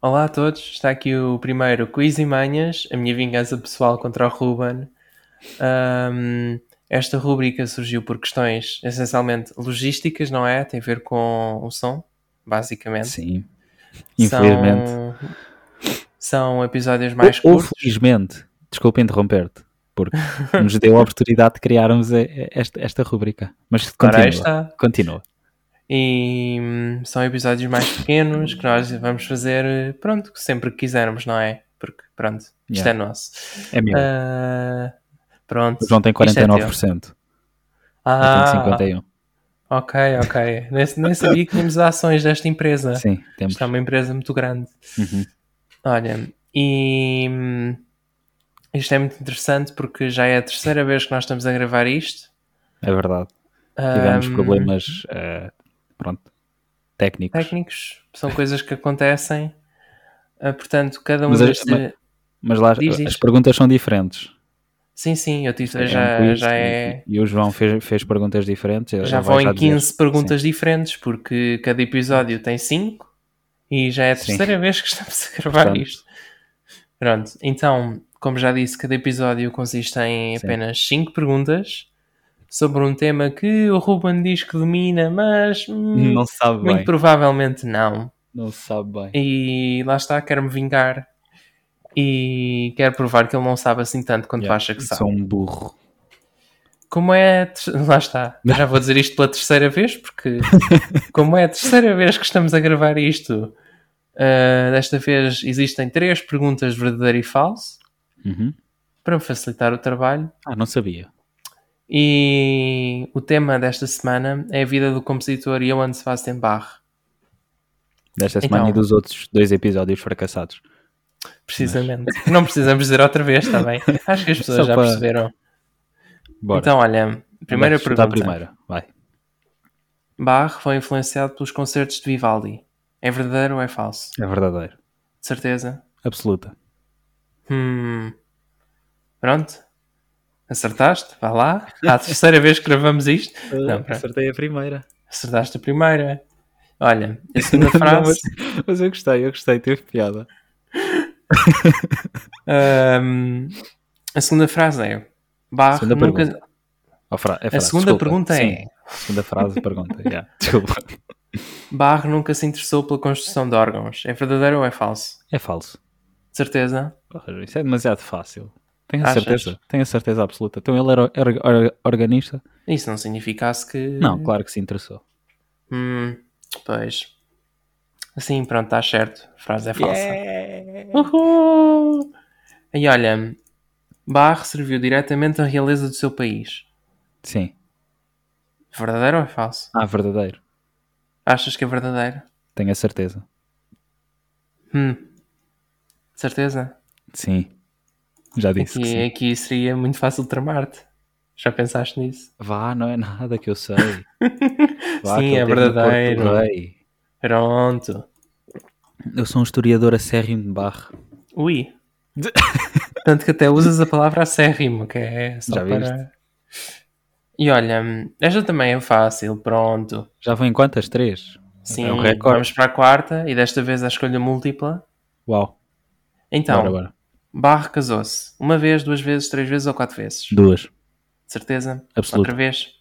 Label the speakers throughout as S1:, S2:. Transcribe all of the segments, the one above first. S1: Olá a todos, está aqui o primeiro Quiz e Manhas, a minha vingança pessoal contra o Ruben. Ahm, esta rubrica surgiu por questões essencialmente logísticas, não é? Tem a ver com o som, basicamente.
S2: Sim. Infelizmente.
S1: São, são episódios mais
S2: ou, ou
S1: curtos.
S2: felizmente, desculpa interromper-te, porque nos deu a oportunidade de criarmos a- a- esta, esta rubrica. Mas
S1: Ora, aí
S2: continua.
S1: está.
S2: Continua.
S1: E hum, são episódios mais pequenos que nós vamos fazer, eh, pronto, sempre que quisermos, não é? Porque, pronto, isto
S2: Yeah.
S1: é nosso.
S2: É meu.
S1: Ah, pronto.
S2: O João tem
S1: isto é teu.
S2: 49%.
S1: Ah,
S2: eu tenho 51%.
S1: Ok, ok. Nem, nem sabia que tínhamos ações desta empresa.
S2: Sim, temos.
S1: Isto é uma empresa muito grande.
S2: Uhum.
S1: Olha, e hum, isto é muito interessante porque já é a terceira vez que nós estamos a gravar isto.
S2: É verdade. Tivemos
S1: Ahm,
S2: problemas eh, pronto, técnicos.
S1: Técnicos, são coisas que acontecem. Ah, portanto, cada um
S2: Mas a-
S1: destes.
S2: mas- Mas lá
S1: Diz,
S2: as
S1: diz.
S2: perguntas são diferentes.
S1: Sim, sim, eu tive,
S2: um
S1: já,
S2: quiz
S1: já
S2: e-
S1: é.
S2: E, o João fez, fez perguntas diferentes. ele
S1: Já
S2: Eh, vai
S1: vão em
S2: dizer.
S1: 15 perguntas diferentes, porque cada episódio tem 5 e já é a
S2: Sim.
S1: terceira vez que estamos a gravar
S2: Portanto.
S1: isto. Pronto, então, como já disse, cada episódio consiste em
S2: Sim.
S1: apenas 5 perguntas sobre um tema que o Ruben diz que domina, mas hum,
S2: Sim. Não se sabe
S1: muito
S2: bem.
S1: provavelmente não.
S2: Não se sabe bem.
S1: E lá está, quero-me vingar e quero provar que ele não sabe assim tanto quanto
S2: Yeah,
S1: acha que sabe.
S2: Sou um burro.
S1: Como é. a ter- Lá está. Já vou dizer isto pela terceira vez, porque. Como é a terceira vez que estamos a gravar isto, ah, desta vez existem três perguntas verdadeiro e falso,
S2: Uhum.
S1: para me facilitar o trabalho.
S2: Ah, não sabia.
S1: E o tema desta semana é a vida do compositor Johann Sebastian Bach.
S2: Desta
S1: Então.
S2: semana e dos outros dois episódios fracassados.
S1: Precisamente. Não precisamos dizer outra vez, está bem? Acho que as pessoas
S2: Só
S1: já
S2: para-
S1: perceberam.
S2: Bora.
S1: Então, olha, primeira
S2: Vamos chutar
S1: pergunta.
S2: a primeira. Vai.
S1: Bach foi influenciado pelos concertos de Vivaldi. É verdadeiro ou é falso?
S2: É verdadeiro.
S1: De certeza.
S2: Absoluta.
S1: Hum. Pronto. Acertaste? Vá lá. Há a terceira vez que gravamos isto. Não, pronto.
S2: Eh, acertei a primeira.
S1: Acertaste a primeira. Olha, a segunda frase.
S2: mas, mas eu gostei, eu gostei, teve piada.
S1: hum, a segunda frase é. Barro
S2: Segunda
S1: nunca.
S2: pergunta. Oh, fra- é
S1: A
S2: frase,
S1: segunda
S2: desculpa.
S1: pergunta é:
S2: Sim, segunda frase, pergunta. yeah, Desculpa.
S1: Barro nunca se interessou pela construção de órgãos. É verdadeiro ou é falso?
S2: É falso.
S1: De certeza?
S2: Porra, Isso é demasiado fácil. Tenho a
S1: Achas?
S2: certeza, tenho a certeza absoluta. Então ele era or- or- or- organista?
S1: Isso não significasse que.
S2: Não, claro que se interessou.
S1: Hum, pois. Assim, pronto, está certo. A frase é falsa.
S2: Yeah.
S1: Uhul! E olha, Barre serviu diretamente à realeza do seu país.
S2: Sim.
S1: Verdadeiro ou é falso?
S2: Ah, verdadeiro.
S1: Achas que é verdadeiro?
S2: Tenho a certeza.
S1: Hum. De certeza?
S2: Sim. Já disse que
S1: Aqui,
S2: sim.
S1: aqui seria muito fácil tramar-te. Já pensaste nisso?
S2: Vá, não é nada que eu sei. Vá,
S1: Sim,
S2: que eu
S1: é
S2: tenho no corpo
S1: verdadeiro.
S2: do rei.
S1: Pronto.
S2: Eu sou um historiador acérrimo de barra.
S1: Ui. Tanto que até usas a palavra acérrimo, que é só
S2: Já
S1: para... E olha, esta também é fácil, pronto.
S2: Já vão em quantas? Três?
S1: Sim,
S2: é um recorde.
S1: vamos para a quarta e desta vez a escolha múltipla.
S2: Uau.
S1: Então,
S2: bora, bora.
S1: Barre casou-se. Uma vez, duas vezes, três vezes ou quatro vezes? De
S2: Duas.
S1: certeza?
S2: Absoluta.
S1: Outra vez?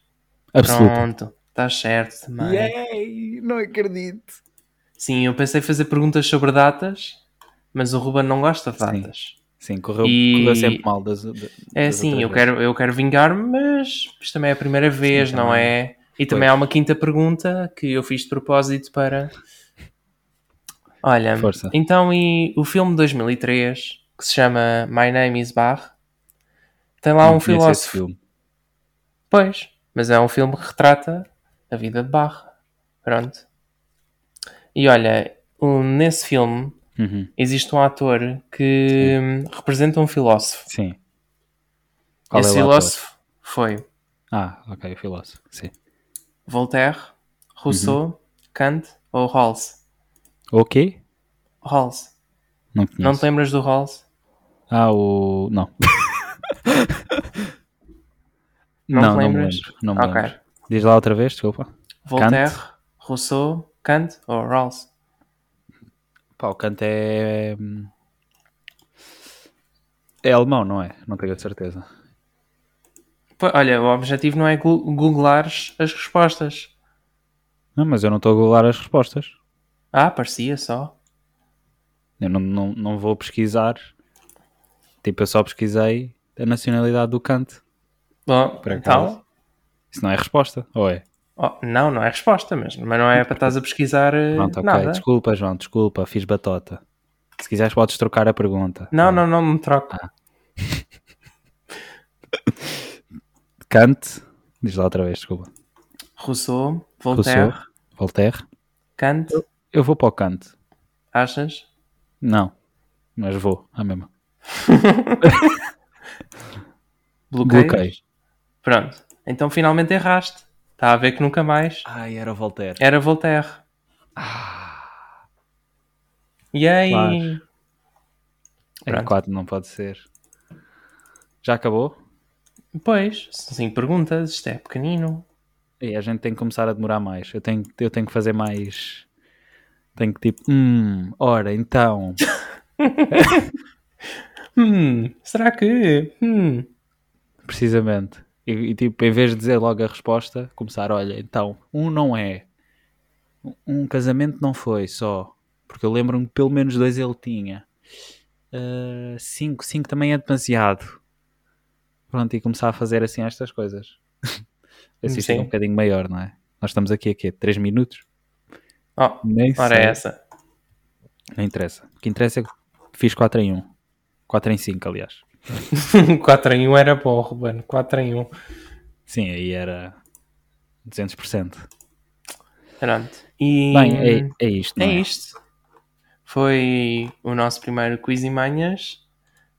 S2: Absoluta.
S1: Pronto. Está certo também.
S2: é Yay! Não acredito.
S1: Sim, eu pensei fazer perguntas sobre datas, mas o Ruben não gosta de
S2: Sim.
S1: datas.
S2: Sim, correu,
S1: E-
S2: correu sempre mal. Das, de-
S1: É
S2: das
S1: assim,
S2: outras
S1: eu
S2: vezes.
S1: quero, eu quero vingar-me, mas isto também é a primeira vez, não
S2: também.
S1: é? E também há uma quinta pergunta que eu fiz de propósito para. Olha,
S2: Força.
S1: então e o filme de 2003 que se chama My Name is Barre tem lá
S2: Não
S1: um
S2: conheço esse
S1: filósofo
S2: filme.
S1: Pois, mas é um filme que retrata a vida de Barra. Pronto. E olha, o- nesse filme
S2: Uhum,
S1: existe um ator que hum, representa um filósofo.
S2: Sim. Qual
S1: Esse
S2: é o ator?
S1: filósofo foi
S2: Ah, ok, o filósofo. Sim.
S1: Voltaire, Rousseau,
S2: Uhum.
S1: Kant ou Rawls?
S2: O quê?
S1: Rawls.
S2: Não
S1: Não
S2: conheço.
S1: te lembras do Rawls?
S2: Ah, o. Não.
S1: Não te
S2: não, me
S1: lembras?
S2: lembro. Não me
S1: Ok.
S2: lembro. Diz lá outra vez, desculpa.
S1: Voltaire, Rousseau, Kant ou Rawls?
S2: Pá, o Kant é. É alemão, não é? Não tenho a certeza.
S1: Pô, Olha, o objetivo não é gu- googlares as respostas.
S2: Não, mas eu não estou a googlar as respostas.
S1: Ah, parecia só.
S2: Eu não, não, não vou pesquisar. Tipo, eu só pesquisei a nacionalidade do Kant.
S1: Bom,
S2: Por acaso.
S1: então.
S2: Isso não é resposta, ou é?
S1: Oh, não, não é resposta mesmo. Mas não é para estás a pesquisar eh,
S2: Pronto, ok.
S1: nada.
S2: Desculpa, João, desculpa, fiz batota. Se quiseres, podes trocar a pergunta.
S1: Não, não, não me troco.
S2: Ah. Kant, diz lá outra vez, desculpa.
S1: Rousseau, Voltaire,
S2: Rousseau, Voltaire.
S1: Kant,
S2: Eu vou para o Kant.
S1: achas?
S2: Não, mas vou, à mesma.
S1: Bloqueios?
S2: Bloqueio.
S1: Pronto. Então finalmente erraste. Está a ver que nunca mais.
S2: Ai, era o Voltaire.
S1: Era Voltaire. E aí?
S2: Ah. Claro. É
S1: Pronto.
S2: 4, não pode ser. Já acabou?
S1: Pois, são cinco perguntas, isto é pequenino.
S2: E a gente tem que começar a demorar mais. Eu tenho, eu tenho que fazer mais. Tenho que tipo, hum, ora, então.
S1: Hum, será que? Hum.
S2: Precisamente. E, e, tipo, em vez de dizer logo a resposta, começar, olha, então, um não é. Um- Um casamento não foi só. Porque eu lembro-me que pelo menos dois ele tinha. Ah, cinco, cinco também é demasiado. Pronto, e começar a fazer assim estas coisas. Esse isto é
S1: Sim.
S2: um bocadinho maior, não é? Nós estamos aqui a quê? Três minutos?
S1: Oh,
S2: Nem
S1: ora
S2: sei.
S1: é essa.
S2: Não interessa. O que interessa é que fiz 4 em 1. 4 em 5, aliás.
S1: 4 em 1 era bom, Ruben. 4 em 1.
S2: Sim, aí era 200%.
S1: Pronto. E
S2: Bem, é, é isto, não
S1: é
S2: é?
S1: isto. Foi o nosso primeiro Quiz e Manhas,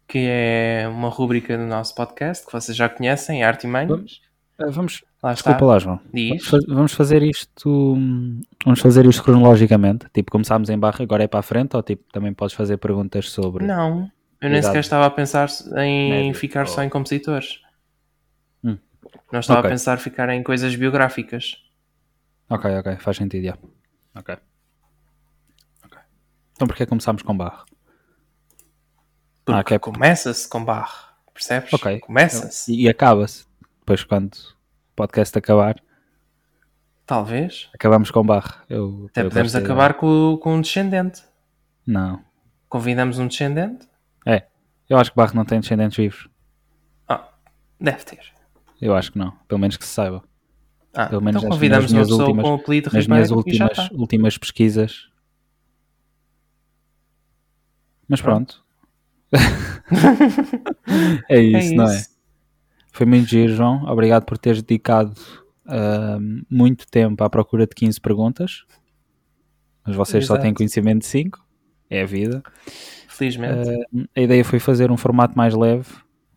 S1: que é uma rúbrica do nosso podcast que vocês já conhecem, Arte e Manhas.
S2: Vamos- Ah, Vamos,
S1: Lá está.
S2: desculpa lá, João. Vamos
S1: Diz.
S2: fa- Vamos fazer isto, hum, vamos fazer isto cronologicamente. Tipo, começámos em barra, agora é para a frente, ou tipo, também podes fazer perguntas sobre.
S1: Não, eu nem
S2: Idade.
S1: sequer estava a pensar em
S2: Média.
S1: ficar só em compositores.
S2: Oh. Hum.
S1: Não estava
S2: Ok.
S1: a pensar ficar em coisas biográficas.
S2: Ok, ok, faz sentido, já. Ok. Ok. Então porquê começámos com barra?
S1: Porque
S2: Ah, que é-
S1: começa-se com barra, percebes?
S2: Ok.
S1: Começa-se,
S2: E, e acaba-se. Depois quando o podcast acabar,
S1: talvez.
S2: acabamos com barra. Eu,
S1: Até
S2: eu
S1: podemos
S2: gosto da ideia.
S1: acabar com, com um descendente.
S2: Não.
S1: Convidamos um descendente?
S2: É. Eu acho que Barro não tem descendentes vivos.
S1: Ah, deve ter.
S2: Eu acho que não. Pelo menos que se saiba.
S1: Ah,
S2: Pelo menos
S1: então
S2: nas
S1: convidamos uma
S2: minhas
S1: pessoa
S2: últimas-
S1: com o apelido
S2: Nas
S1: Ribeiro e
S2: minhas
S1: já
S2: últimas,
S1: está.
S2: últimas pesquisas. Mas pronto. é isso, não é? Foi muito giro, João. Obrigado por teres dedicado ahm, muito tempo à procura de 15 perguntas. Mas vocês só
S1: Exato.
S2: têm conhecimento de 5. É a vida. Ah,
S1: Felizmente.
S2: A ideia foi fazer um formato mais leve,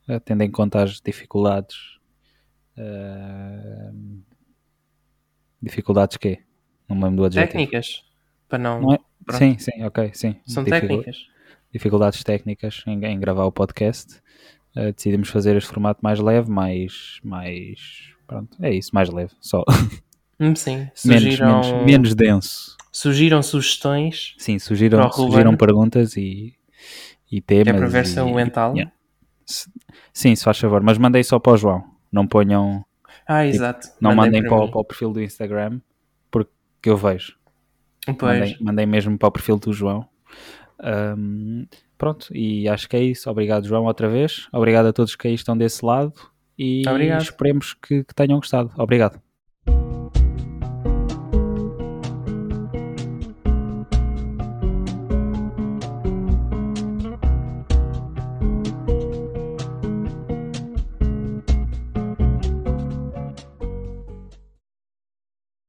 S2: eh, tendo em conta as dificuldades. eh, dificuldades quê? Não me lembro do adjetivo.
S1: técnicas. Para não.
S2: Não é?
S1: Pronto.
S2: Sim, sim, ok, sim.
S1: São
S2: Dificu-
S1: técnicas.
S2: Dificuldades técnicas em, em gravar o podcast. Eh, decidimos fazer este formato mais leve, mais, mais, pronto, é isso, mais leve, só
S1: Hum, Sim.
S2: menos,
S1: Surgiram,
S2: menos, menos denso.
S1: surgiram sugestões.
S2: Sim, surgiram,
S1: Para o Ruben.
S2: surgiram perguntas e, e temas.
S1: É para ver se
S2: e-
S1: eu entalo.
S2: Yeah. Se- Sim, se faz favor, mas mandei só para o João. Não ponham,
S1: Ah, exato.
S2: Tipo, não
S1: Mandem
S2: mandem para, o-
S1: mim.
S2: para o perfil do Instagram, porque eu vejo.
S1: Pois.
S2: Mandei, mandei mesmo para o perfil do João. Ahm, pronto, e acho que é isso. Obrigado, João, outra vez. Obrigado a todos que aí estão desse lado e
S1: Obrigado.
S2: esperemos que, que tenham gostado. Obrigado.